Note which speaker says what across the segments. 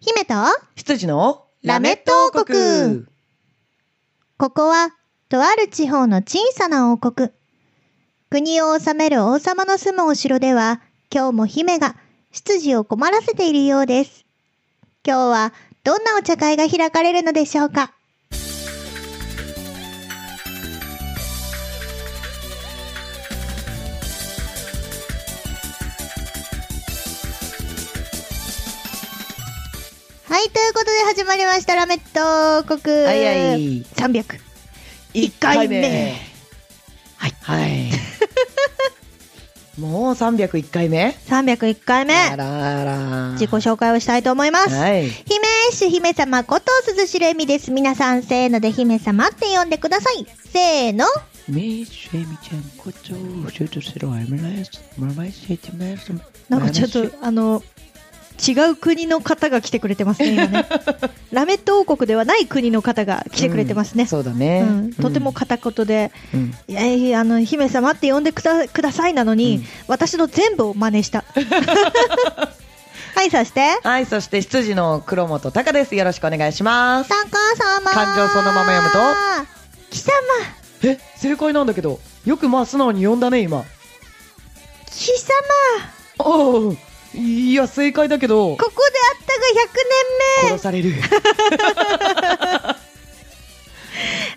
Speaker 1: 姫と、
Speaker 2: 羊の
Speaker 1: ラメット王国ここは、とある地方の小さな王国。国を治める王様の住むお城では、今日も姫が、執事を困らせているようです。今日は、どんなお茶会が開かれるのでしょうかはい、ということで始まりました、ラメット王国。
Speaker 2: はいはい
Speaker 1: 300。
Speaker 2: 一
Speaker 1: 回目
Speaker 2: はいはい もう301回目
Speaker 1: 301回目、
Speaker 2: あらあら
Speaker 1: 自己紹介をしたいと思います。
Speaker 2: はい
Speaker 1: 姫主姫様こと鈴代恵美です。皆さんせーので姫様って呼んでください。せーの。
Speaker 3: ミスエミちゃんことシュートセロエムライスマライスエティメル
Speaker 1: なんかちょっと、あの、違う国の方が来てくれてますね、今 ね。ラメット王国ではない国の方が来てくれてますね。
Speaker 2: そうだね、
Speaker 1: うんとても片言で、
Speaker 2: うん
Speaker 1: いやいやあの姫様って呼んでくだくださいなのに、
Speaker 2: うん
Speaker 1: 私の全部を真似 した。はい、そして、
Speaker 2: はいそして羊の黒本隆ですよろしくお願いします
Speaker 1: さか様。
Speaker 2: 漢字をそのまま読むと
Speaker 1: 貴様。
Speaker 2: え正解なんだけどよくまあ素直に呼んだね今
Speaker 1: 貴様
Speaker 2: おういや正解だけ
Speaker 1: こ
Speaker 2: ど
Speaker 1: こであったが100年
Speaker 2: 殺される
Speaker 1: 目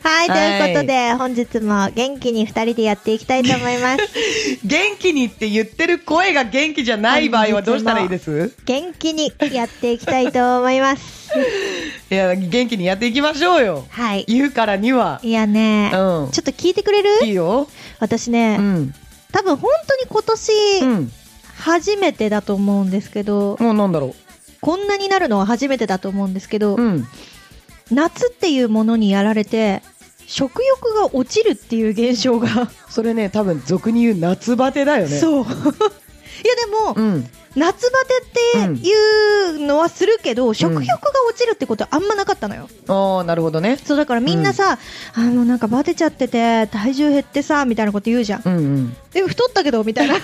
Speaker 1: はい、
Speaker 2: はい
Speaker 1: ということで本日も元気に2人でやっていきたいと思います
Speaker 2: 元気にって言ってる声が元気じゃない場合はどうしたらいいです
Speaker 1: 元気にやっていきたいと思います
Speaker 2: いや元気にやっていきましょうよ
Speaker 1: はい
Speaker 2: 言うからにはい
Speaker 1: やね、
Speaker 2: うん
Speaker 1: ちょっと聞いてくれる
Speaker 2: いいよ
Speaker 1: 私ね、
Speaker 2: うん
Speaker 1: 多分本当に今年
Speaker 2: うん
Speaker 1: 初めてだと思うんですけど、
Speaker 2: もうなんだろ
Speaker 1: こんなになるのは初めてだと思うんですけど、
Speaker 2: ううん
Speaker 1: 夏っていうものにやられて食欲が落ちるっていう現象が、
Speaker 2: それね多分俗に言う夏バテだよねう
Speaker 1: そういやでも、
Speaker 2: うん
Speaker 1: 夏バテっていうのはするけど、食欲が落ちるってことはあんまなかったのよ、
Speaker 2: ああなるほどね
Speaker 1: そうだからみんなさ、あのなんかバテちゃってて体重減ってさみたいなこと言うじゃん、
Speaker 2: うんうん
Speaker 1: え太ったけどみたい なも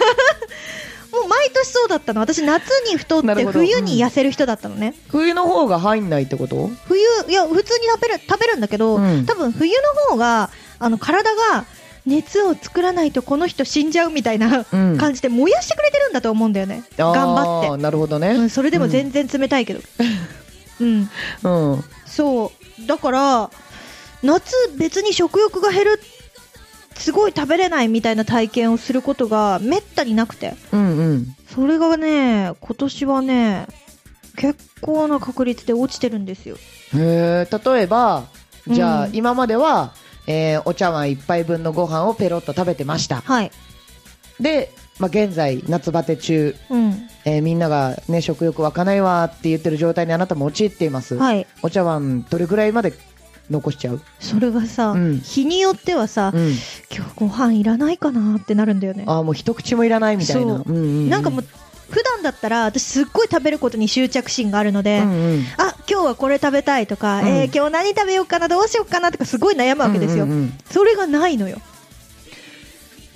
Speaker 1: う毎年そうだったの私夏に太っ
Speaker 2: なる
Speaker 1: て
Speaker 2: ほど
Speaker 1: 冬に痩せる人だったのね、
Speaker 2: 冬の方が入んないってこと
Speaker 1: 冬いや普通に食べる食べるんだけど、
Speaker 2: うん
Speaker 1: 多分冬の方があの体が熱を作らないとこの人死んじゃうみたいな
Speaker 2: うん
Speaker 1: 感じで燃やしてくれてるんだと思うんだよね、頑張って
Speaker 2: あーなるほど
Speaker 1: う
Speaker 2: ね
Speaker 1: ん、それでも全然冷たいけ ど、うん、
Speaker 2: うんうん
Speaker 1: そうだから夏別に食欲が減るすごい食べれないみたいな体験をすることがめったになくて
Speaker 2: うん
Speaker 1: それがね今年はね結構な確率で落ちてるんですよ
Speaker 2: へえ例えばじゃあ、
Speaker 1: うん
Speaker 2: 今までは、えーお茶碗一杯分のご飯をペロッと食べてました
Speaker 1: はい
Speaker 2: で、まあ、現在夏バテ中、
Speaker 1: うん
Speaker 2: えーみんなが、ね、食欲湧かないわって言ってる状態にあなたも陥っています、
Speaker 1: はい
Speaker 2: お茶碗どれぐらいまで残しちゃう、
Speaker 1: それがさ、
Speaker 2: うん
Speaker 1: 日によってはさ、
Speaker 2: うん、
Speaker 1: 今日ご飯いらないかなってなるんだよね
Speaker 2: ああもう一口もいらないみたいな
Speaker 1: そう
Speaker 2: うんうう
Speaker 1: なんかもう普段だったら私すっごい食べることに執着心があるので、
Speaker 2: うんうん
Speaker 1: あ今日はこれ食べたいとか、
Speaker 2: うん
Speaker 1: えー今日何食べようかなどうしようかなとかすごい悩むわけですよ、
Speaker 2: うんうんうん
Speaker 1: それがないのよ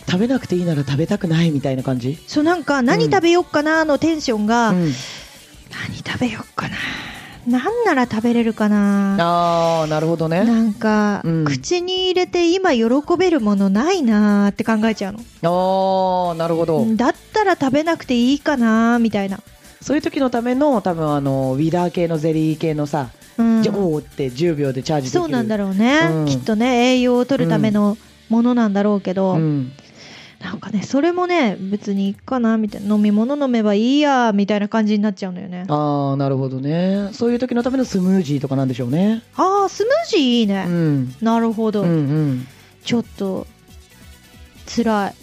Speaker 2: 食べなくていいなら食べたくないみたいな感じ、
Speaker 1: そうなんか何食べようかなのテンションが、
Speaker 2: うん
Speaker 1: 何食べようかな何なら食べれるかな
Speaker 2: ああなるほどね
Speaker 1: なんか、
Speaker 2: うん
Speaker 1: 口に入れて今喜べるものないなーって考えちゃうの
Speaker 2: ああなるほど、
Speaker 1: だったら食べなくていいかなーみたいな、
Speaker 2: そういう時のための多分あのウィダー系のゼリー系のさ、
Speaker 1: うん
Speaker 2: じゃおーって10秒でチャージできる
Speaker 1: そうなんだろうね、
Speaker 2: うん
Speaker 1: きっとね栄養を取るためのものなんだろうけど、
Speaker 2: うん
Speaker 1: なんかね、それもね、別にいいかな、みたいな、飲み物飲めばいいや、みたいな感じになっちゃうのよね。あ
Speaker 2: ああなるほどねそういう時のためのスムージーとかなんでしょうね
Speaker 1: あー、スムージーいいうね。
Speaker 2: ん
Speaker 1: なるほ
Speaker 2: う
Speaker 1: ど。
Speaker 2: んうん
Speaker 1: ちょっと、辛い。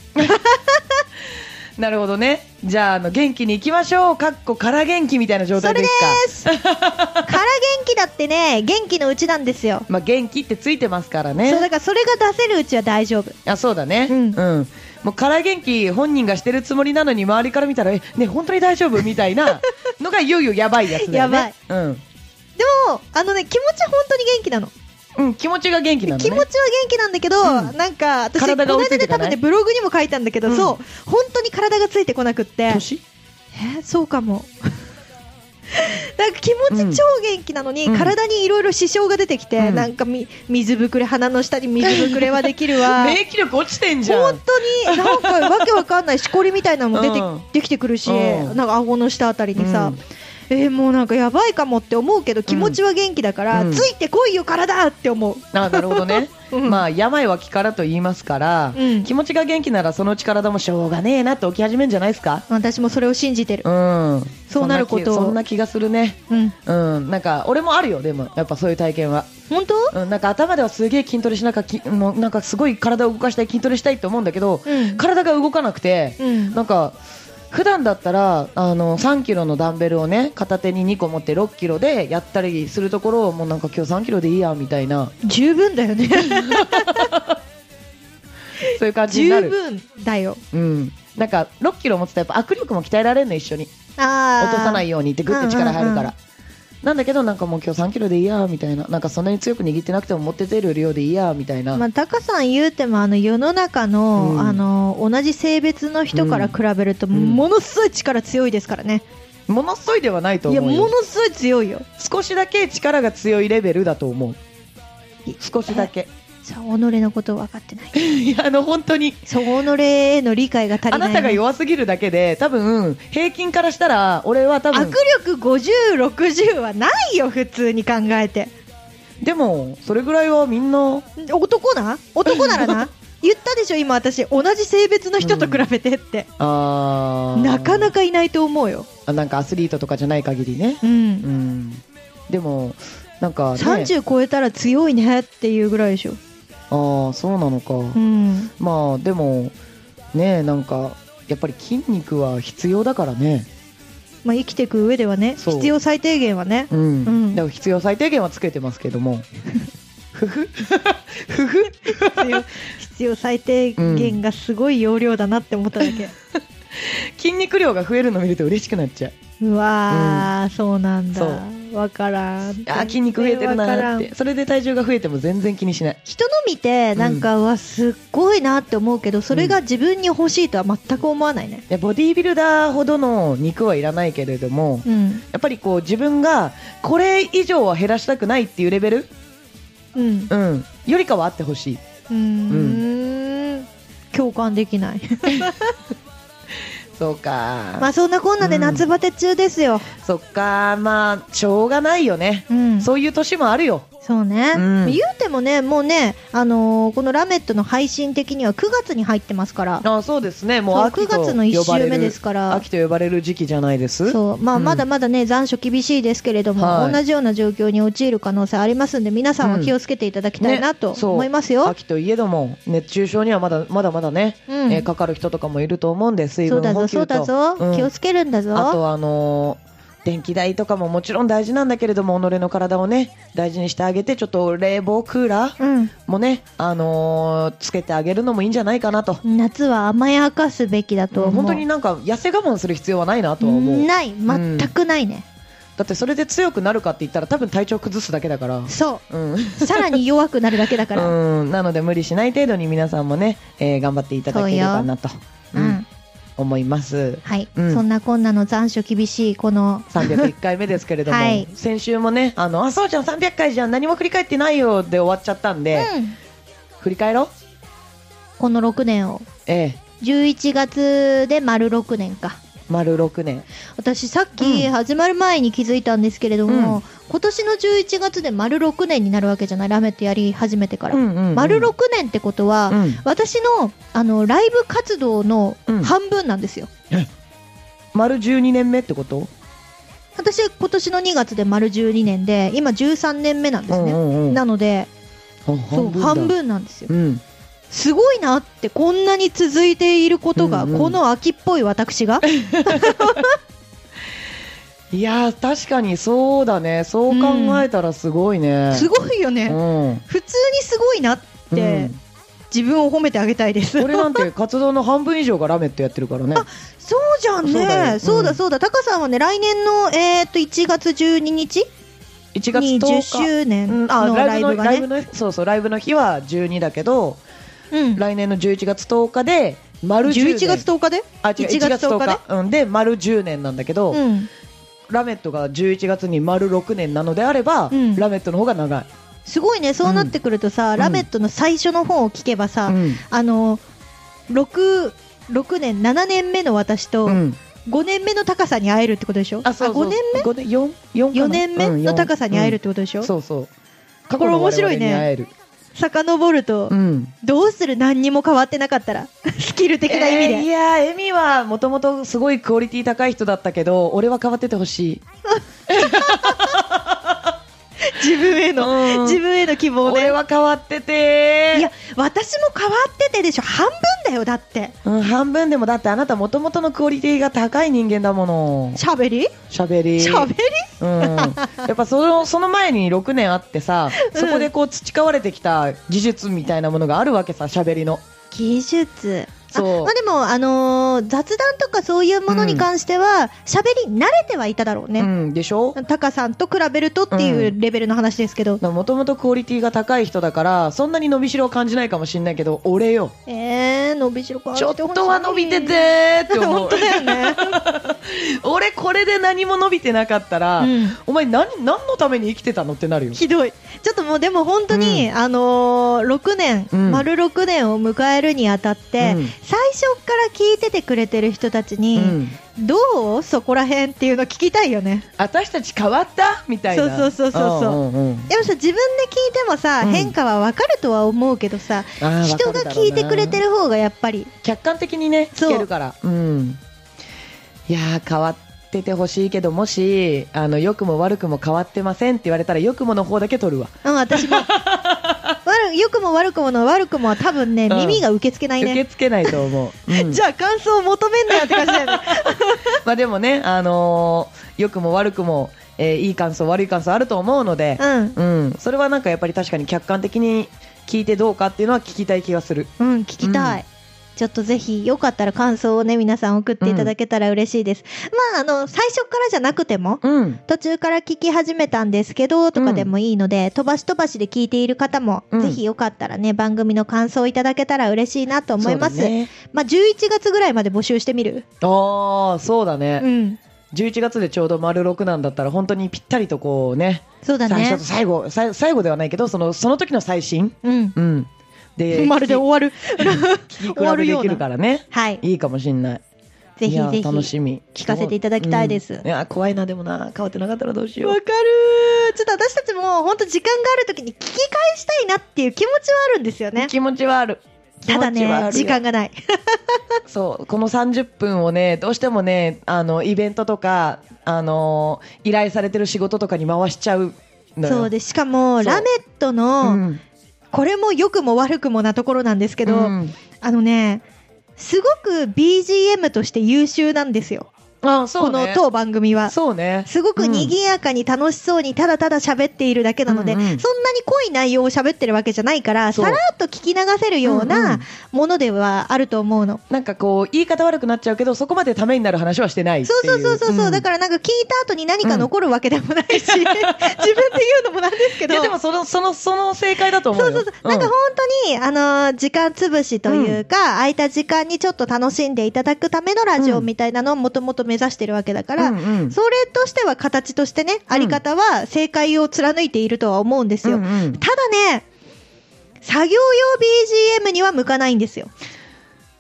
Speaker 2: なるほどねじゃああの元気に行きましょうかっこから元気みたいな状態ですか
Speaker 1: から元気だってね、元気のうちなんですよ。
Speaker 2: まあ元気ってついてますからね
Speaker 1: そう、だからそれが出せるうちは大丈夫。
Speaker 2: あそうだね、
Speaker 1: う
Speaker 2: うんんもうから元気本人がしてるつもりなのに周りから見たらえね本当に大丈夫みたいなのがいよいよやばいやつだよね
Speaker 1: や
Speaker 2: ばい、うん、
Speaker 1: でも、あのね、気持ちは本当に元気なの。
Speaker 2: うん、気持ちが元気なのね
Speaker 1: 気持ちは元気なんだけど、
Speaker 2: うん
Speaker 1: なんか私
Speaker 2: 体が
Speaker 1: この
Speaker 2: 追いつ
Speaker 1: 間
Speaker 2: い
Speaker 1: で
Speaker 2: て
Speaker 1: 多
Speaker 2: かな
Speaker 1: 分
Speaker 2: い
Speaker 1: ねブログにも書いたんだけど、
Speaker 2: うん
Speaker 1: そう本当に体がついてこなくって
Speaker 2: 年
Speaker 1: えそうかも なんか気持ち超元気なのに、
Speaker 2: うん
Speaker 1: 体にいろいろ支障が出てきて、
Speaker 2: うん
Speaker 1: なんかみ水ぶくれ鼻の下に水ぶくれはできる わ
Speaker 2: 免疫力落ちてんじゃ
Speaker 1: 本
Speaker 2: ん
Speaker 1: 当になんかわけわかんないしこりみたいなのも出て、
Speaker 2: うん
Speaker 1: できてくるし、
Speaker 2: うん
Speaker 1: なんか顎の下あたりにさ、えーもうなんかやばいかもって思うけど気持ちは元気だから、
Speaker 2: うん
Speaker 1: ついてこいよ体って思う、
Speaker 2: あなるほどね、
Speaker 1: うん
Speaker 2: まあ病は気からと言いますから、
Speaker 1: うん
Speaker 2: 気持ちが元気ならそのうち体もしょうがねえなって起き始めんじゃないですか
Speaker 1: 私もそれを信じてる
Speaker 2: うん
Speaker 1: そうなることを
Speaker 2: そんな気そんな気がするね
Speaker 1: うん
Speaker 2: うんなんか俺もあるよでもやっぱそういう体験は、
Speaker 1: 本当
Speaker 2: うん、なんか頭ではすげえ筋トレしなきゃきもうなんかすごい体を動かしたい筋トレしたいと思うんだけど、
Speaker 1: うん
Speaker 2: 体が動かなくて、
Speaker 1: うん
Speaker 2: なんか普段だったらあの3キロのダンベルをね片手に2個持って6キロでやったりするところをもうなんか今日3キロでいいやみたいな
Speaker 1: 十分だよ ね
Speaker 2: そういう感じにな
Speaker 1: 十
Speaker 2: る、
Speaker 1: 分だよ
Speaker 2: うん、なんか6キロ持つとやっぱ握力も鍛えられるの一緒に
Speaker 1: あ
Speaker 2: 落とさない
Speaker 1: よ
Speaker 2: ようにってグッて力入
Speaker 1: う
Speaker 2: るから、
Speaker 1: んうんうん
Speaker 2: なんだけどなんかもう今日3キロでいいやみたいななんかそんなに強く握ってなくても持って出る量でいいやみたいな、
Speaker 1: まあ、タカさん言うてもあの世の中の,、
Speaker 2: うん
Speaker 1: あの同じ性別の人から比べると
Speaker 2: ん
Speaker 1: ものすごい力強いですからね、
Speaker 2: ものすごいではないと
Speaker 1: い
Speaker 2: 思
Speaker 1: やも
Speaker 2: うよ
Speaker 1: のすごい強いよ
Speaker 2: 少しだけ力が強いレベルだと思う少しだけ
Speaker 1: さあ己のことを分かって ない
Speaker 2: いやあの本当に
Speaker 1: そう己への理解が足りな
Speaker 2: あ
Speaker 1: いね
Speaker 2: なたが弱すぎるだけで多分平均からしたら俺は多分
Speaker 1: 握力5060はないよ普通に考えて
Speaker 2: でもそれぐらいはみんな
Speaker 1: 男な男なら な言ったでしょ今私同じ性別の人と比べてって、
Speaker 2: あー
Speaker 1: なかなかいないと思うよ、
Speaker 2: あなんかアスリートとかじゃない限りね
Speaker 1: う、
Speaker 2: うんんでもなんか、ね、
Speaker 1: 30超えたら強いねっていうぐらいでしょ、
Speaker 2: ああそうなのか、
Speaker 1: うん、
Speaker 2: まあでもねなんかやっぱり筋肉は必要だからね
Speaker 1: まあ、生きていく上ではね
Speaker 2: そう
Speaker 1: 必要最低限は ね
Speaker 2: うん、
Speaker 1: うん
Speaker 2: でも必要最低限はつけてますけどもふふふふ
Speaker 1: 必要必要最低限がすごい容量だなって思っただけ、
Speaker 2: 筋肉量が増えるの見ると嬉しくなっちゃう
Speaker 1: うわー、そうなんだ
Speaker 2: そ
Speaker 1: わからん
Speaker 2: あー筋肉増えてる
Speaker 1: わか
Speaker 2: な
Speaker 1: ら
Speaker 2: ーっ
Speaker 1: ん
Speaker 2: てそれで体重が増えても全然気にしない
Speaker 1: 人の見てなんか、うわすっごいなって思うけどそれが自分に欲しいとは全く思わないね
Speaker 2: いやボディービルダーほどの肉はいらないけれども
Speaker 1: うん
Speaker 2: やっぱりこう自分がこれ以上は減らしたくないっていうレベル、
Speaker 1: うん
Speaker 2: うん、よりかはあってほしい
Speaker 1: うん共感できない
Speaker 2: そうか、
Speaker 1: まあそんなこんなで夏バテ中ですよ、
Speaker 2: そっかまあしょうがないよね、
Speaker 1: うん
Speaker 2: そういう年もあるよ
Speaker 1: そうね、
Speaker 2: うん
Speaker 1: 言うてもねもうね、あのーこのラメットの配信的には9月に入ってますから
Speaker 2: あそうですねもう
Speaker 1: そう
Speaker 2: 秋と
Speaker 1: 9月の一
Speaker 2: 呼ばれ
Speaker 1: 週目
Speaker 2: る
Speaker 1: ですから
Speaker 2: 秋と呼ばれる時期じゃないです
Speaker 1: そうまあ、
Speaker 2: ん
Speaker 1: まだまだね残暑厳しいですけれども、
Speaker 2: はい
Speaker 1: 同じような状況に陥る可能性ありますんで皆さんは気をつけていただきたいなと
Speaker 2: ねそう
Speaker 1: 思いますよ、
Speaker 2: 秋といえども熱中症にはまだまだまだね、
Speaker 1: うん
Speaker 2: えーかかる人とかもいると思うんで水
Speaker 1: そうだ
Speaker 2: 分補
Speaker 1: ぞ
Speaker 2: 給
Speaker 1: そ
Speaker 2: と
Speaker 1: うだぞ、
Speaker 2: うん
Speaker 1: 気をつけるんだぞ
Speaker 2: あとはあのー電気代とかももちろん大事なんだけれども己の体をね大事にしてあげてちょっと冷房クーラー
Speaker 1: うん
Speaker 2: もね、あのーつけてあげるのもいいんじゃないかなと、
Speaker 1: 夏は甘やかすべきだと思う、
Speaker 2: 本当になんか痩せ我慢する必要はないなとは思う、だ
Speaker 1: ない全くないね、
Speaker 2: ってそれで強くなるかって言ったら多分体調崩すだけだから
Speaker 1: そ
Speaker 2: うん
Speaker 1: うさらに弱くなるだけだから、
Speaker 2: うんなので無理しない程度に皆さんもね、えー頑張っていただければなと、
Speaker 1: う
Speaker 2: うんん、思います
Speaker 1: はい、
Speaker 2: うん
Speaker 1: そんなこんなの残暑厳しいこの
Speaker 2: 301回目ですけ れども、
Speaker 1: はい
Speaker 2: 先週もねあのあそうじゃん300回じゃん何も振り返ってないよで終わっちゃったんで、
Speaker 1: うん
Speaker 2: 振り返ろう
Speaker 1: この6年を
Speaker 2: ええ
Speaker 1: 11月で丸6年か
Speaker 2: 丸6年
Speaker 1: 私さっき始まる前に気づいたんですけれども、
Speaker 2: うん
Speaker 1: 今年の11月で丸6年になるわけじゃないラメットやり始めてから、
Speaker 2: うんうんうん
Speaker 1: 丸6年ってことは、
Speaker 2: うん
Speaker 1: 私のあのライブ活動の
Speaker 2: うん
Speaker 1: 半分なんですよ、
Speaker 2: 丸12年目ってこと
Speaker 1: 私今年の2月で丸12年で今13年目なんですね、
Speaker 2: うんうんうん
Speaker 1: なので
Speaker 2: あ
Speaker 1: そう
Speaker 2: だ
Speaker 1: 半分なんですよ
Speaker 2: うん
Speaker 1: すごいなってこんなに続いていることが、
Speaker 2: うんうん
Speaker 1: この秋っぽい私が
Speaker 2: いやー確かにそうだねそう考えたらすごいね、
Speaker 1: すごいよね、
Speaker 2: うんっ
Speaker 1: 普通にすごいなって、自分を褒めてあげたいです
Speaker 2: 俺なんて活動の半分以上がラメットやってるからね
Speaker 1: そうじゃん
Speaker 2: そうだよう
Speaker 1: ね。
Speaker 2: ん
Speaker 1: そうだそうだ。タカさんはね、来年の、えーっと、1月12日
Speaker 2: 1月10
Speaker 1: 20
Speaker 2: 日
Speaker 1: 周年
Speaker 2: うん、あ
Speaker 1: のラ
Speaker 2: ラ
Speaker 1: イ
Speaker 2: イブ
Speaker 1: ブ
Speaker 2: の
Speaker 1: が
Speaker 2: ライブ
Speaker 1: ね。
Speaker 2: のそうそうライブの日は12だけど、
Speaker 1: うん、
Speaker 2: 来年の11月10日で丸10年
Speaker 1: 11月10日で
Speaker 2: あ違う1
Speaker 1: 1
Speaker 2: 月
Speaker 1: 月
Speaker 2: 10
Speaker 1: 10
Speaker 2: 日
Speaker 1: 日
Speaker 2: で
Speaker 1: で
Speaker 2: うん、で丸10年なんだけど、
Speaker 1: うん、
Speaker 2: ラメットが11月に丸6年なのであれば、
Speaker 1: うん
Speaker 2: ラメットの方が長い、
Speaker 1: すごいね、そうなってくるとさ、
Speaker 2: うん
Speaker 1: ラメットの最初の方を聞けばさ、
Speaker 2: うん
Speaker 1: あの6、6年、7年目の私と
Speaker 2: うん
Speaker 1: 5年目の高さに会えるってことでしょ、
Speaker 2: あそうそう
Speaker 1: 5年目
Speaker 2: 5年 4,
Speaker 1: 4年目の高さに会えるってことでしょ、
Speaker 2: そうそう過
Speaker 1: これ面白いね
Speaker 2: 去の我々に会える
Speaker 1: 遡ると、
Speaker 2: うん
Speaker 1: どうする何にも変わってなか ったらスキル的な意味で、
Speaker 2: えーいやーエミはもともとすごいクオリティ高い人だったけど俺は変わっててほしい
Speaker 1: 自分へ
Speaker 2: うん
Speaker 1: の自分への希望
Speaker 2: 俺
Speaker 1: で
Speaker 2: は変わってて
Speaker 1: いや私も変わっててでしょ半分だよだって
Speaker 2: うん、半分でもだってあなたもともとのクオリティが高い人間だもの
Speaker 1: 喋り
Speaker 2: しゃべり
Speaker 1: 喋り
Speaker 2: うん、やっぱそのその前に6年あってさそこでこう培われてきた技術みたいなものがあるわけさしゃべりの
Speaker 1: 技術
Speaker 2: そう
Speaker 1: あまあでも、あのー雑談とかそういうものに関しては喋、り慣れてはいただろう
Speaker 2: う
Speaker 1: ね、
Speaker 2: んでしょ
Speaker 1: タカさんと比べるとっていうレベルの話ですけど、
Speaker 2: もともとクオリティが高い人だからそんなに伸びしろを感じないかもしれないけど俺よ
Speaker 1: えー、伸びしろ変わ
Speaker 2: ちょっ
Speaker 1: てほしい
Speaker 2: とは伸びててーって思う
Speaker 1: 本当だよね、
Speaker 2: 俺これで何も伸びてなかったら、
Speaker 1: うん
Speaker 2: お前何何のために生きてたのってなるよ
Speaker 1: ひどい。ちょっともうでも本当に、あのー、6年、
Speaker 2: うん
Speaker 1: 丸6年を迎えるにあたって、
Speaker 2: うん
Speaker 1: 最初から聞いててくれてる人たちに、
Speaker 2: うん
Speaker 1: どうそこら辺っていうの聞きたいよね。
Speaker 2: 私たち変わったみたいな
Speaker 1: そうそうそうそうそうん
Speaker 2: うんうん
Speaker 1: でもさ、自分で聞いてもさ、
Speaker 2: うん
Speaker 1: 変化はわかるとは思うけどさ、
Speaker 2: あー
Speaker 1: 人が聞いてくれてる方がやっぱり、
Speaker 2: 客観的にね聞
Speaker 1: そう
Speaker 2: けるからうんいやー変わっててほしいけどもしあの良くも悪くも変わってませんって言われたら良くもの方だけ取るわ
Speaker 1: うん、私 も。悪良くも悪くもの悪くもは多分ね、
Speaker 2: うん
Speaker 1: 耳が受け付けない
Speaker 2: 受け
Speaker 1: ね。
Speaker 2: 付けないと思う、う ん
Speaker 1: じゃあ感想を求めんなよって感じだよね。
Speaker 2: まあでもねあのー良くも悪くも、えーいい感想悪い感想あると思うので、
Speaker 1: うん。
Speaker 2: うん、それはなんかやっぱり確かに客観的に聞いてどうかっていうのは聞きたい気がする
Speaker 1: うん、聞きたい。ちょっとぜひ、よかったら感想をね、皆さん送っていただけたら嬉しいです。まあ、あの、最初からじゃなくても、
Speaker 2: うん
Speaker 1: 途中から聞き始めたんですけど、とかでもいいので、飛ばし飛ばしで聞いている方も、
Speaker 2: うん
Speaker 1: ぜひよかったらね、番組の感想をいただけたら嬉しいなと思います。
Speaker 2: そうだね
Speaker 1: まあ、11月ぐらいまで募集してみる。
Speaker 2: ああそうだね、
Speaker 1: うん。
Speaker 2: 11月でちょうど丸6なんだったら本当にぴったりとこうね
Speaker 1: そうだ
Speaker 2: 最
Speaker 1: ね
Speaker 2: 初と。最後さい最後ではないけどそのその時の最新、
Speaker 1: うん。
Speaker 2: うん、で
Speaker 1: まるで終わる。
Speaker 2: 聞き
Speaker 1: 終わる
Speaker 2: 比べで
Speaker 1: よう
Speaker 2: き
Speaker 1: な
Speaker 2: るからね
Speaker 1: はい。
Speaker 2: いいかもしんない
Speaker 1: ぜ
Speaker 2: い
Speaker 1: ひ
Speaker 2: や
Speaker 1: ぜ
Speaker 2: ー楽
Speaker 1: ひ。
Speaker 2: しみ
Speaker 1: 聞かせていただきたいです
Speaker 2: うんいやー怖いなでもな変わってなかったらどうしよ
Speaker 1: わ
Speaker 2: う
Speaker 1: かるーちょっと私たちも本当時間がある時に聞き返したいなっていう気持ちはあるんですよね。
Speaker 2: 気持ちはある
Speaker 1: ただ
Speaker 2: 気持ちはある
Speaker 1: ね
Speaker 2: よ、
Speaker 1: 時間がない。
Speaker 2: そうこの30分をねどうしてもねあのイベントとかあのー依頼されてる仕事とかに回しちゃうのよ
Speaker 1: そうで、しかも、
Speaker 2: う
Speaker 1: ラメット
Speaker 2: う
Speaker 1: の、
Speaker 2: ん
Speaker 1: これも良くも悪くもなところなんですけど、
Speaker 2: うん
Speaker 1: あのね、すごく BGM として優秀なんですよ。
Speaker 2: あそ
Speaker 1: こ
Speaker 2: うね
Speaker 1: の当番組は。
Speaker 2: そうね
Speaker 1: すごく賑やかに楽しそうにただただ喋っているだけなので、
Speaker 2: うんうん
Speaker 1: そんなに濃い内容を喋ってるわけじゃないから、
Speaker 2: そう
Speaker 1: さらっと聞き流せるよう
Speaker 2: うんう
Speaker 1: なんものではあると思うの。
Speaker 2: なんかこう言い方悪くなっちゃうけどそこまでためになる話はしてないってい
Speaker 1: そうそうそうそうそう、
Speaker 2: ん
Speaker 1: だからなんか聞いた後に何か残るわけでもないし、 自分で言うのもなんですけど。
Speaker 2: いやでもそのそのその正解だと思う
Speaker 1: そう
Speaker 2: よ
Speaker 1: そうそう。なんか本当に、あのー時間潰しというか、空いた時間にちょっと楽しんでいただくためのラジオみたいなのをもともと目指してるわけだから、
Speaker 2: うんうん
Speaker 1: それとしては形としてね、あり方は正解を貫いているとは思うんですよ。
Speaker 2: うんうん
Speaker 1: ただね、作業用 BGM には向かないんですよ。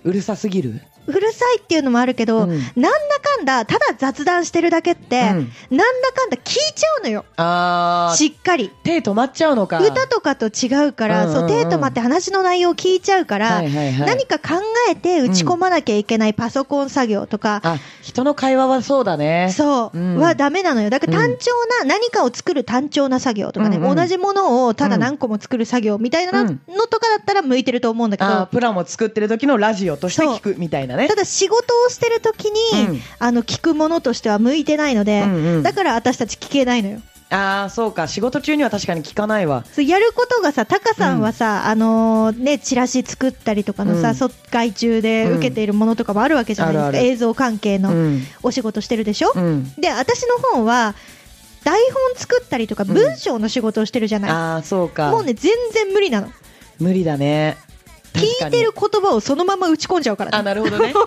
Speaker 2: うるさすぎる
Speaker 1: うるさいっていうのもあるけど、
Speaker 2: うん
Speaker 1: なんだかんだ、ただ雑談してるだけって、なんだかんだ聞いちゃうのよ。
Speaker 2: あー
Speaker 1: しっかり。
Speaker 2: 手止まっちゃうのか
Speaker 1: 歌とかと違うから、
Speaker 2: うんうんうん
Speaker 1: そう、手と待って話の内容を聞いちゃうから、
Speaker 2: はいはいはい
Speaker 1: 何か考えて打ち込まなきゃいけないパソコン作業とか、
Speaker 2: あ人の会話はそうだね
Speaker 1: そう、
Speaker 2: うん
Speaker 1: はダメなのよ。だから単調な、何かを作る単調な作業とかね、
Speaker 2: うんうん
Speaker 1: 同じものをただ何個も作る作業みたいなの,、
Speaker 2: うん
Speaker 1: とかだったら向いてると思うんだけど、
Speaker 2: あープランを作ってる時のラジオとして聞くみたいなね
Speaker 1: ただ仕事をしてる時に、
Speaker 2: うん
Speaker 1: あの、聞くものとしては向いてないので、
Speaker 2: うんうん
Speaker 1: だから私たち聞けないのよ。
Speaker 2: ああそうか仕事中には確かに聞かないわ
Speaker 1: そうやることがさ、タカさんはさ、あのーね、チラシ作ったりとかの
Speaker 2: う
Speaker 1: さ、
Speaker 2: ん
Speaker 1: そ外注で受けているものとかもあるわけじゃないですか、
Speaker 2: うんあるある
Speaker 1: 映像関係
Speaker 2: う
Speaker 1: の
Speaker 2: ん
Speaker 1: お仕事してるでしょ、
Speaker 2: うん
Speaker 1: で、私の方は、台本作ったりとか
Speaker 2: うん
Speaker 1: 文章の仕事をしてるじゃない、
Speaker 2: ああそうか
Speaker 1: もうね全然無理なの
Speaker 2: 無理だね
Speaker 1: 聞いてる言葉をそのまま打ち込んじゃうから
Speaker 2: あ
Speaker 1: ね
Speaker 2: なるほどね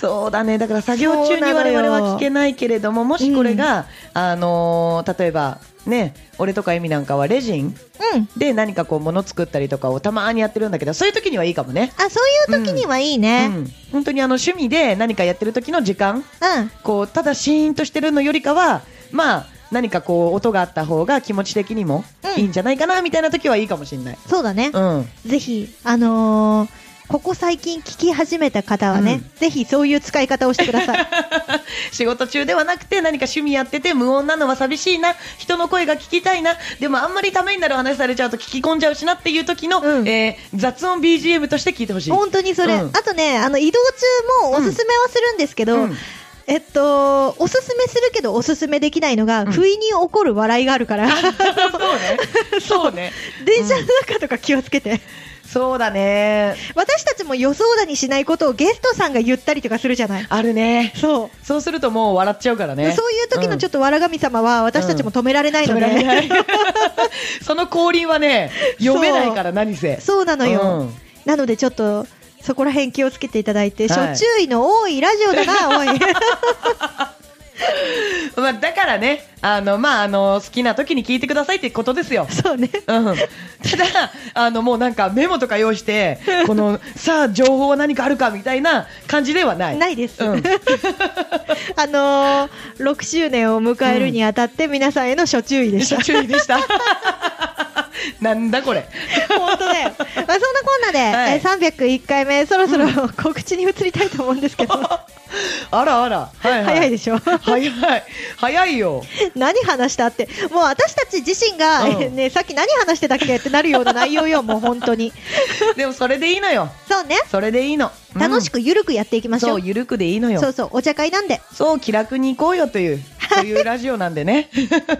Speaker 2: そうだねだから作業中に我々は聞けないけれどももしこれが、あのー例えばね俺とかエミなんかはレジン
Speaker 1: うん
Speaker 2: で何かこう物作ったりとかをたまにやってるんだけどそういう時にはいいかもね、
Speaker 1: あそういう時にはいいうね
Speaker 2: ん、本当にあの趣味で何かやってる時の時間
Speaker 1: うん
Speaker 2: こうただシーンとしてるのよりかはまあ何かこう音があった方が気持ち的にも
Speaker 1: うん
Speaker 2: いいんじゃないかなみたいな時はいいかもしれない。
Speaker 1: そうだね、
Speaker 2: うん、
Speaker 1: ぜひ、あのーここ最近聞き始めた方はね、ぜひそういう使い方をしてくだ さい。
Speaker 2: 仕事中ではなくて何か趣味やってて無音なのは寂しいな人の声が聞きたいなでもあんまりためになる話されちゃうと聞き込んじゃうしなっていう時の、
Speaker 1: うん
Speaker 2: えー雑音 BGM として聞いてほしい。
Speaker 1: 本当にそれ、
Speaker 2: うん
Speaker 1: あとね、あの移動中もおすすめはするんですけど、
Speaker 2: うん
Speaker 1: えっと、おすすめするけどおすすめできないのが、
Speaker 2: うん
Speaker 1: 不意に起こる笑いがある から、
Speaker 2: そうね。 そうね。
Speaker 1: 電車の中とか気をつけて、
Speaker 2: そうだね。
Speaker 1: 私たちも予想だにしないことをゲストさんが言ったりとかするじゃない。
Speaker 2: あるね。
Speaker 1: そう。
Speaker 2: そうするともう笑っちゃうからね。
Speaker 1: そういう時のちょっとわら神様は私たちも止められない
Speaker 2: 止
Speaker 1: の
Speaker 2: め
Speaker 1: で、
Speaker 2: られない。 その降臨はね、読めないから何せ。
Speaker 1: そうなのよ、
Speaker 2: うん
Speaker 1: なのでちょっとそこら辺気をつけていただいて、
Speaker 2: はい
Speaker 1: 初注意の多いラジオだ な、おい。
Speaker 2: まあ、だからね、あの、まあ、あの、好きな時に聞いてくださいってことですよ。
Speaker 1: そうね。
Speaker 2: うん、ただ、あのもうなんかメモとか用意して、このさあ、情報は何かあるかみたいな感じではない。
Speaker 1: ないです。
Speaker 2: うん
Speaker 1: あのー、6周年を迎えるにあたって皆さんへの初注意でした。
Speaker 2: 注意でした。なんだこれ。
Speaker 1: 本当だよ。まあ、そんなこんなで、
Speaker 2: はい
Speaker 1: えー301回目、そろそろ告知に移りたいと思うんですけど、
Speaker 2: あらあら。はい、はい。
Speaker 1: 早いで しょ。
Speaker 2: 早い。早いよ。
Speaker 1: 何話したって、もう私たち自身が、
Speaker 2: うん
Speaker 1: えーね、さっき何話してたっけってなるような内 容よ、もう本当に。
Speaker 2: でもそれでいいのよ。
Speaker 1: そうね。
Speaker 2: それでいいの。
Speaker 1: 楽し
Speaker 2: く
Speaker 1: くゆるくやっていきましょ
Speaker 2: そうう、。ゆるくでいいのよ。
Speaker 1: そ
Speaker 2: そうう、
Speaker 1: そう、お茶会なんで。
Speaker 2: 気楽に行こうよという、そういうラジオなんでね。
Speaker 1: じゃあ、タ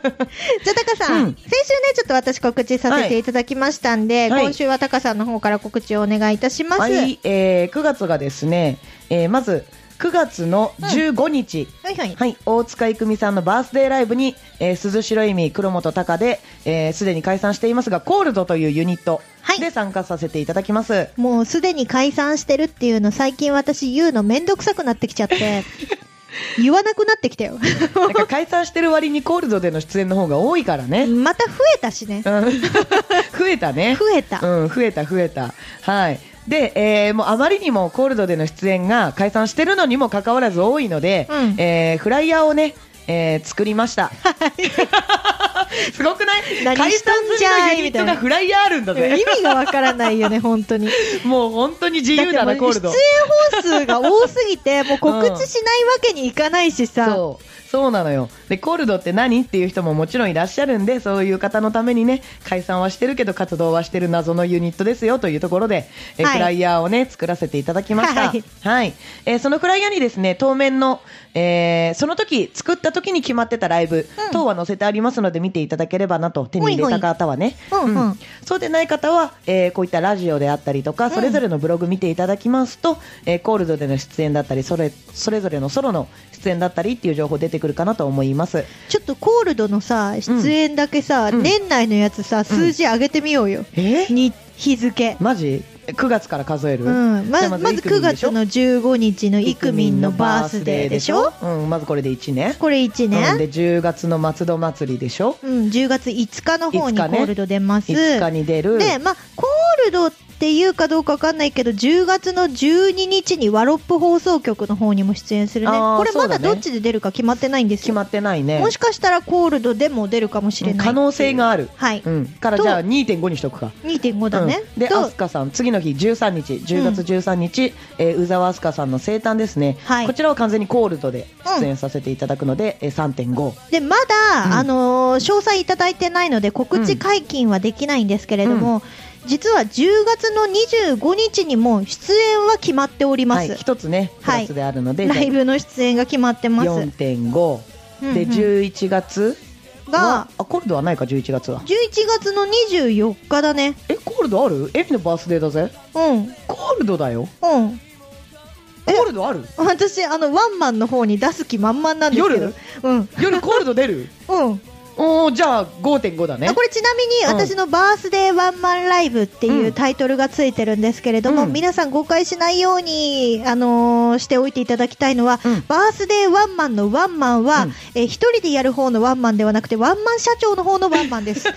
Speaker 1: カさん、
Speaker 2: うん
Speaker 1: 先週ね、ちょっと私告知させていただきましたんで、
Speaker 2: はい
Speaker 1: 今週はタカさんの方から告知をお願いいたし ます。は、
Speaker 2: はいい、えー、9月がですね、えー、まず、9月の15日。
Speaker 1: はい、
Speaker 2: はい、大塚育美さんのバースデーライブに、えー、鈴代意味黒本隆です、えー、すでに解散していますがコールドというユニット
Speaker 1: はい
Speaker 2: で参加させていただきます、
Speaker 1: もうすでに解散してるっていうの、最近私言うのめんどくさくなってきちゃ って、言わなくなってきたよ。
Speaker 2: なんか解散してる割にコールドでの出演の方が多いからね、
Speaker 1: また増えたしね。
Speaker 2: うん 増えたね
Speaker 1: 増えた。
Speaker 2: うん、増えた増えたはいで、えーもうあまりにもコールドでの出演が解散してるのにもかかわらず多いので、
Speaker 1: うん
Speaker 2: えーフライヤーをね、えー作りました。 すごくない
Speaker 1: 何
Speaker 2: 解
Speaker 1: しと
Speaker 2: 散
Speaker 1: ん
Speaker 2: 済
Speaker 1: じ
Speaker 2: み
Speaker 1: ゃ
Speaker 2: の
Speaker 1: い
Speaker 2: ユニ
Speaker 1: み
Speaker 2: ッ
Speaker 1: たい
Speaker 2: ト
Speaker 1: な
Speaker 2: がフライヤーあるんだぜ。
Speaker 1: 意味がわからないよね、本当に。
Speaker 2: もう本当に自由
Speaker 1: だ
Speaker 2: だ
Speaker 1: っ
Speaker 2: な、
Speaker 1: て
Speaker 2: コ
Speaker 1: もう
Speaker 2: ールド
Speaker 1: 出演。本数が多すぎ て、もう告知しないわけにいかないしさ。
Speaker 2: そう、そうなのよ。で、コールドって何っていう人ももちろんいらっしゃるんで、そういう方のためにね、解散はしてるけど、活動はしてる謎のユニットですよというところで、え
Speaker 1: はい
Speaker 2: フライヤーをね、作らせていただきました。
Speaker 1: は
Speaker 2: はいい。えーそのフライヤーにですね、当面の、えーその時、作った時に決まってたライブ
Speaker 1: うん
Speaker 2: 等は載せてありますので、見ていただければなと、手に入れた方はね。
Speaker 1: ほいほいうんうん
Speaker 2: そうでない方は、えーこういったラジオであったりとか、それぞれのブログ見ていただきますと、えーコールドでの出演だったり、それ、それぞれのソロの出演だったりっていう情報出てくるかなと思います。
Speaker 1: ちょっとコールドのさ、出演だけさ、
Speaker 2: うん
Speaker 1: 年内のやつさ、数字上げてみようよ。
Speaker 2: え
Speaker 1: に日付。
Speaker 2: マジ ?9 月から数える、
Speaker 1: うん、ま
Speaker 2: じ
Speaker 1: ず
Speaker 2: ゃあ
Speaker 1: まず9月の15日のイクミンのバースデーでしょ
Speaker 2: うん、まずこれで1ね。
Speaker 1: これ1
Speaker 2: うん、
Speaker 1: ね、
Speaker 2: で、10月の松戸祭りでしょ
Speaker 1: うん10月5日の方にコ
Speaker 2: 5日ね
Speaker 1: ールド出ます、
Speaker 2: ?5 日に出る。
Speaker 1: で、まあ、コールドっていうかどうかわかんないけど10月の12日にワロップ放送局の方にも出演するね
Speaker 2: あー
Speaker 1: これま
Speaker 2: そう
Speaker 1: だ
Speaker 2: だね
Speaker 1: どっちで出るか決まってないんです
Speaker 2: 決
Speaker 1: よ、
Speaker 2: まってないね。
Speaker 1: もしかしたらコールドでも出るかもしれない
Speaker 2: 可能性がある。
Speaker 1: はい、
Speaker 2: うん。から、
Speaker 1: と
Speaker 2: じゃあ2.5にしとくか。
Speaker 1: 2.5だね、
Speaker 2: うん、で
Speaker 1: と
Speaker 2: アスカさん次の日13日10月13日、えー宇沢アスカさんの生誕ですね、
Speaker 1: はい
Speaker 2: こちらは完全にコールドで出演させていただくので、えー3.5
Speaker 1: でまだ、
Speaker 2: うん
Speaker 1: あのー詳細いただいてないので告知解禁はできないんですけれども、実は10月の25日にもう出演は決まっておりま
Speaker 2: はい
Speaker 1: す、
Speaker 2: 一つねプ
Speaker 1: はい
Speaker 2: ラスであるので、
Speaker 1: ライブの出演が決まってます、
Speaker 2: 4.5
Speaker 1: うんうん
Speaker 2: で11月
Speaker 1: が
Speaker 2: はあコールドはないか11月は
Speaker 1: 11月の24日だね
Speaker 2: えコールドあるエミのバースデーだぜ
Speaker 1: うん
Speaker 2: コールドだよ
Speaker 1: うん
Speaker 2: コールドある
Speaker 1: 私あのワンマンの方に出す気満々なんですけど
Speaker 2: 夜
Speaker 1: うん
Speaker 2: 夜コールド出 る
Speaker 1: うん
Speaker 2: おーじゃあ5.5だね
Speaker 1: あこれちなみに
Speaker 2: うん
Speaker 1: 私のバースデーワンマンライブっていうタイトルがついてるんですけれども、
Speaker 2: うん
Speaker 1: 皆さん誤解しないように、あのーしておいていただきたいのは、
Speaker 2: うん
Speaker 1: バースデーワンマンのワンマンは、
Speaker 2: うん
Speaker 1: えー一人でやる方のワンマンではなくてワンマン社長の方のワンマンです 最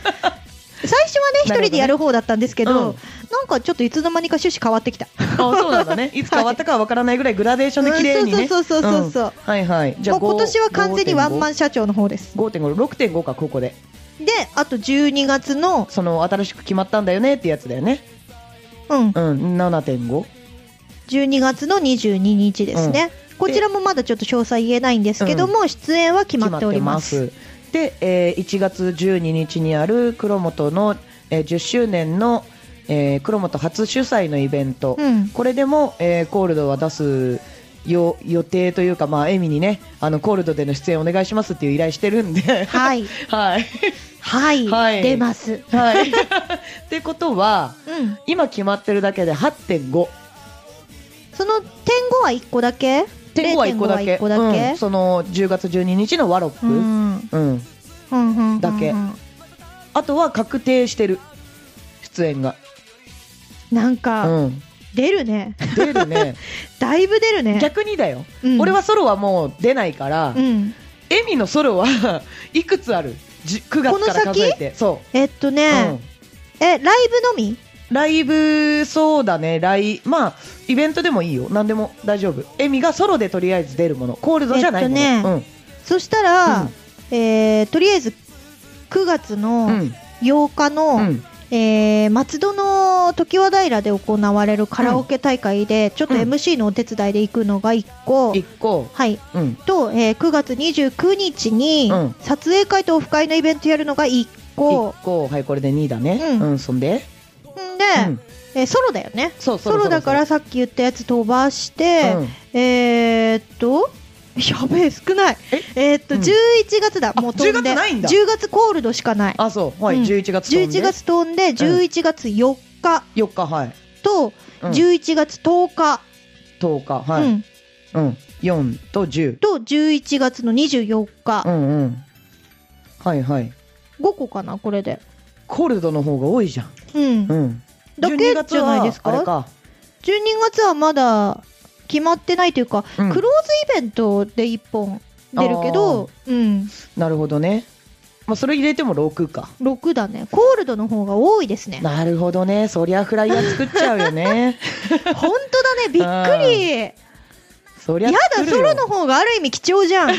Speaker 1: 初はね一
Speaker 2: なるほどね
Speaker 1: 人でやる方だったんですけど
Speaker 2: う
Speaker 1: なんんかちょっといつの間にか趣旨変わってきた
Speaker 2: あそうなん だねいつ変わったかわからないぐらいグラデーションで綺麗にね
Speaker 1: うんそうそうそうそうそう
Speaker 2: はいはいじゃ
Speaker 1: も
Speaker 2: あ
Speaker 1: う今年は完全にワンマ
Speaker 2: ン
Speaker 1: ン社長の方です
Speaker 2: 5.56.5かここで
Speaker 1: であと12月の
Speaker 2: その新しく決まったんだよねってやつだよね
Speaker 1: うん
Speaker 2: うん7.5
Speaker 1: 12月の22日ですね、こちらもまだちょっと詳細言えないんですけども、出演は決まっております
Speaker 2: 決まってますで、えー1月12日にある黒本の、えー10周年の、えー黒本初主催のイベント、
Speaker 1: うん
Speaker 2: これでも、えーコールドは出すよ予定というか、まあ、エミにねあのコールドでの出演お願いしますっていう依頼してるんで
Speaker 1: はい
Speaker 2: はい
Speaker 1: はい、
Speaker 2: はい
Speaker 1: 出ます
Speaker 2: はい ってことは
Speaker 1: うん
Speaker 2: 今決まってるだけで8.5
Speaker 1: その点5は1個だけ
Speaker 2: 点5は1個だ
Speaker 1: 0.5は
Speaker 2: け
Speaker 1: 一個だけ
Speaker 2: うんその10月12日のワロップ、
Speaker 1: う
Speaker 2: うん
Speaker 1: んうんうんうん
Speaker 2: だけあとは確定してる出演が、
Speaker 1: なんか、
Speaker 2: うん、
Speaker 1: 出るね
Speaker 2: 出るね
Speaker 1: だいぶ出るね
Speaker 2: 逆にだよ、
Speaker 1: うん
Speaker 2: 俺はソロはもう出ないから、
Speaker 1: うん
Speaker 2: エミのソロは いくつあるじ9月から数えてそ
Speaker 1: えっと
Speaker 2: う、
Speaker 1: ね、えライブのみ
Speaker 2: うん、ライブそうだねライまあイベントでもいいよ何でも大丈夫エミがソロでとりあえず出るものコールドじゃないもの、
Speaker 1: えっとそしたら、
Speaker 2: うん
Speaker 1: えーとりあえず9月
Speaker 2: うん
Speaker 1: の8日の、
Speaker 2: うんうん
Speaker 1: えー松戸の常盤平で行われるカラオケ大会で、ちょっと
Speaker 2: うん
Speaker 1: MC のお手伝いで行くのが1個、
Speaker 2: 1個
Speaker 1: はい
Speaker 2: うん
Speaker 1: と、えー9月29日に
Speaker 2: うん
Speaker 1: 撮影会とオフ会のイベントやるのが1
Speaker 2: 1
Speaker 1: 個、
Speaker 2: 個はいこれで2だね
Speaker 1: うん
Speaker 2: うん、そんで、
Speaker 1: ん、で、
Speaker 2: うん
Speaker 1: えーソロだよね
Speaker 2: そう
Speaker 1: ソ
Speaker 2: そろそろ
Speaker 1: ロだからさっき言ったやつ飛ばして、
Speaker 2: うん
Speaker 1: えーっとやべえ少ない
Speaker 2: え
Speaker 1: えーっと、
Speaker 2: うん
Speaker 1: 11月だ
Speaker 2: あ
Speaker 1: もう飛んで
Speaker 2: 10月ないんだ
Speaker 1: 10月コールドしかない
Speaker 2: あそうはい、
Speaker 1: うん
Speaker 2: 11月飛んで
Speaker 1: 11月飛んで11月4日
Speaker 2: 4日はい、
Speaker 1: と
Speaker 2: うん、
Speaker 1: 11月10日、
Speaker 2: 10日はい、
Speaker 1: う
Speaker 2: うんん4と10
Speaker 1: と11月の24日、
Speaker 2: うんうんはいはい
Speaker 1: 5個かなこれで、
Speaker 2: コールドの方が多いじゃん、
Speaker 1: うん、
Speaker 2: うん、
Speaker 1: だけじゃないですか
Speaker 2: 12月はあれか、
Speaker 1: 12月はまだ決まってないというか、
Speaker 2: うん
Speaker 1: クローズイベントで1本出るけど、うん、
Speaker 2: なるほどね、まあ、それ入れても6か
Speaker 1: 6だねコールドの方が多いですね
Speaker 2: なるほどねそりゃフライヤー作っちゃうよね
Speaker 1: 本当だねびっくり
Speaker 2: そり ゃ
Speaker 1: やだ
Speaker 2: 作る
Speaker 1: ソ
Speaker 2: よ
Speaker 1: ロの方がある意味貴重じゃ ん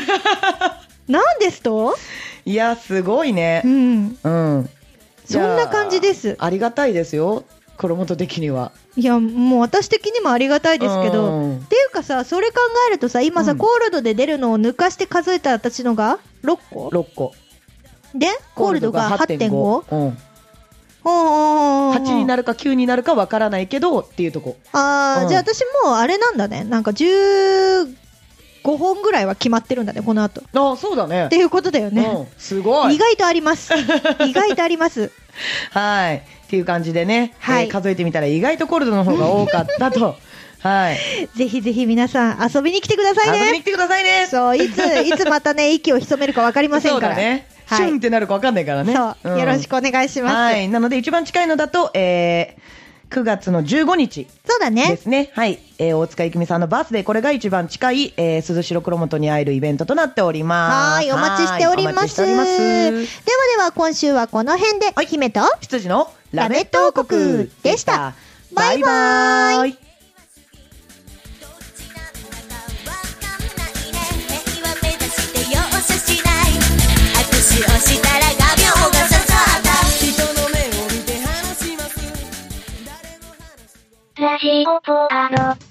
Speaker 1: なんですと、
Speaker 2: いやすごいね
Speaker 1: うん、
Speaker 2: うん
Speaker 1: そんな感じです
Speaker 2: いやありがたいですよ黒本的にはい
Speaker 1: やもう私的にもありがたいですけど、
Speaker 2: うん
Speaker 1: っていうかさそれ考えるとさ今さ、
Speaker 2: うん
Speaker 1: コールドで出るのを抜かして数えた私のが6個
Speaker 2: 6個
Speaker 1: でコールドが8.5
Speaker 2: 8.5、うん、8
Speaker 1: 8
Speaker 2: になるか9になるかわからないけどっていうとこ
Speaker 1: あー、
Speaker 2: うん
Speaker 1: じゃあ私もうあれなんだねなんか15本ぐらいは決まってるんだねこの後っ
Speaker 2: あそうだね
Speaker 1: ていうことだよね、
Speaker 2: うん、すごい
Speaker 1: 意外とあります 意外とあります
Speaker 2: はい。っていう感じでね、
Speaker 1: はい
Speaker 2: えー数えてみたら意外とコールドの方が多かっ たと。はい。
Speaker 1: ぜひぜひ皆さん遊びに来てください
Speaker 2: 遊びに
Speaker 1: ね
Speaker 2: 来てくださいね。
Speaker 1: そういついつまたね息を潜めるかわかりません
Speaker 2: そう
Speaker 1: か
Speaker 2: だ
Speaker 1: ら
Speaker 2: ね。
Speaker 1: はい
Speaker 2: シュンってなるかわかんないからね。
Speaker 1: そうよろしく
Speaker 2: お願いし
Speaker 1: お願いします、
Speaker 2: はい。なので一番近いのだと、えー、9月の15日
Speaker 1: そうだ
Speaker 2: で
Speaker 1: ね
Speaker 2: すね。はい。えー、大塚ゆきみさんのバースデー、これが一番近い、えー、鈴代黒本に会えるイベントとなっておりま
Speaker 1: は
Speaker 2: す。
Speaker 1: い、お待ちしており
Speaker 2: はいお
Speaker 1: ま
Speaker 2: 待ちし
Speaker 1: す。
Speaker 2: ており
Speaker 1: では
Speaker 2: ま。
Speaker 1: ですは今週はこの辺で、姫と、
Speaker 2: 羊のラメット王国でした。
Speaker 1: バイバーイ
Speaker 2: バイ。
Speaker 4: どっちなんだかわかんないね敵は目指して容赦しない握手をしたら画鋲が刺さった人の目を見て話します誰の話
Speaker 5: ラジオポアド。